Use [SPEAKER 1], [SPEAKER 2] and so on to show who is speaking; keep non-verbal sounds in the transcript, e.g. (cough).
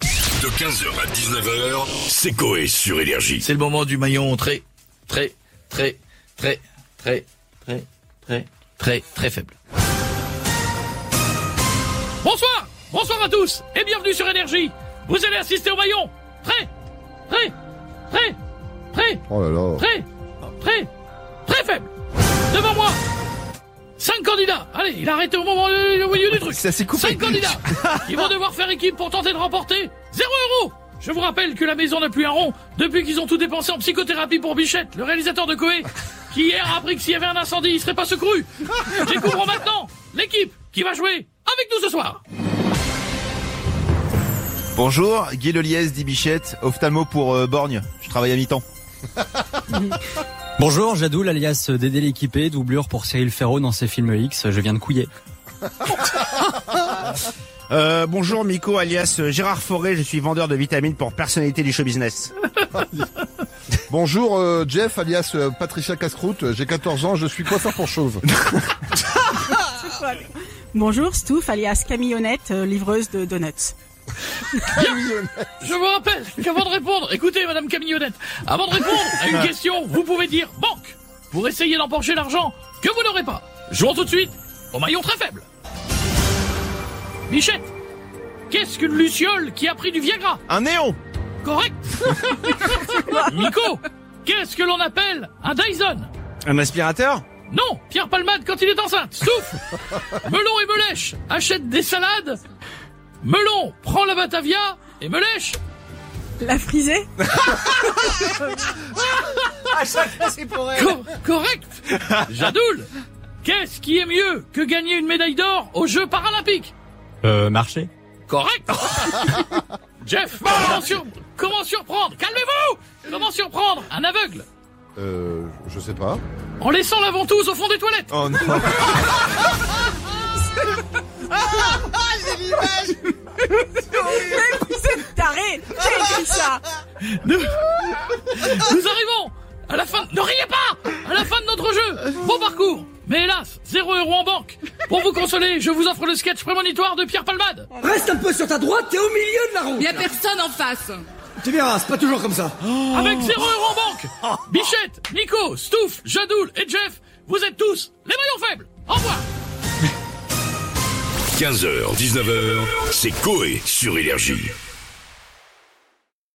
[SPEAKER 1] De 15h à 19h, c'est Coé sur Énergie.
[SPEAKER 2] C'est le moment du maillon très, très, très, très, très, très, très, très, très faible.
[SPEAKER 3] Bonsoir Bonsoir à tous et bienvenue sur Énergie Vous allez assister au maillon Prêt Prêt Prêt Prêt
[SPEAKER 4] Oh là là.
[SPEAKER 3] Prêt Prêt Très faible Devant moi Cinq candidats Allez, il a arrêté au moment euh, au milieu du truc
[SPEAKER 5] Ça s'est coupé.
[SPEAKER 3] Cinq candidats Ils vont devoir faire équipe pour tenter de remporter 0 euros Je vous rappelle que la maison n'a plus un rond depuis qu'ils ont tout dépensé en psychothérapie pour Bichette, le réalisateur de Coé, qui hier a appris que s'il y avait un incendie, il serait pas secouru Découvrons maintenant l'équipe qui va jouer avec nous ce soir
[SPEAKER 5] Bonjour, Guy Leliez, dit Bichette, ophtalmo pour euh, Borgne. Je travaille à mi-temps.
[SPEAKER 6] Bonjour, Jadoul alias Dédé l'équipé, doublure pour Cyril Ferro dans ses films X, je viens de couiller.
[SPEAKER 7] Euh, bonjour Miko alias euh, Gérard Forêt, je suis vendeur de vitamines pour personnalité du show business.
[SPEAKER 4] Bonjour euh, Jeff, alias euh, Patricia Casse-Croûte. J'ai 14 ans, je suis coiffeur pour chauve.
[SPEAKER 8] Bonjour, Stouff, alias Camillonnette, euh, livreuse de donuts.
[SPEAKER 3] Je vous rappelle qu'avant de répondre, écoutez, madame Camillonnette, avant de répondre à une question, vous pouvez dire banque pour essayer d'emporcher l'argent que vous n'aurez pas. Jouons tout de suite au maillon très faible. Michette, qu'est-ce qu'une luciole qui a pris du Viagra
[SPEAKER 5] Un néon
[SPEAKER 3] Correct Nico, qu'est-ce que l'on appelle un Dyson
[SPEAKER 5] Un aspirateur
[SPEAKER 3] Non, Pierre Palmade quand il est enceinte, souffle Melon et Melèche achètent des salades. Melon prend la Batavia et Melèche
[SPEAKER 8] La frisée (laughs)
[SPEAKER 3] Co- correct Jadoul Qu'est-ce qui est mieux que gagner une médaille d'or aux Jeux Paralympiques
[SPEAKER 6] Euh, marché
[SPEAKER 3] Correct Jeff, comment, sur- comment surprendre Calmez-vous Comment surprendre un aveugle
[SPEAKER 4] Euh, je sais pas.
[SPEAKER 3] en laissant la ventouse au fond des toilettes
[SPEAKER 5] Oh non
[SPEAKER 8] Mais vous êtes tarés Qui a écrit ça
[SPEAKER 3] Nous arrivons à la fin... Ne riez pas À la fin de notre jeu Beau parcours Mais hélas, zéro euro en banque Pour vous consoler, je vous offre le sketch prémonitoire de Pierre Palmade
[SPEAKER 9] Reste un peu sur ta droite, t'es au milieu de la route.
[SPEAKER 10] Il y a personne en face.
[SPEAKER 9] Tu verras, c'est pas toujours comme ça.
[SPEAKER 3] Avec zéro euro en banque Bichette, Nico, Stouff, Jadoul et Jeff, vous êtes tous les maillons faibles Au revoir
[SPEAKER 1] 15h, 19h, c'est Coé sur Énergie.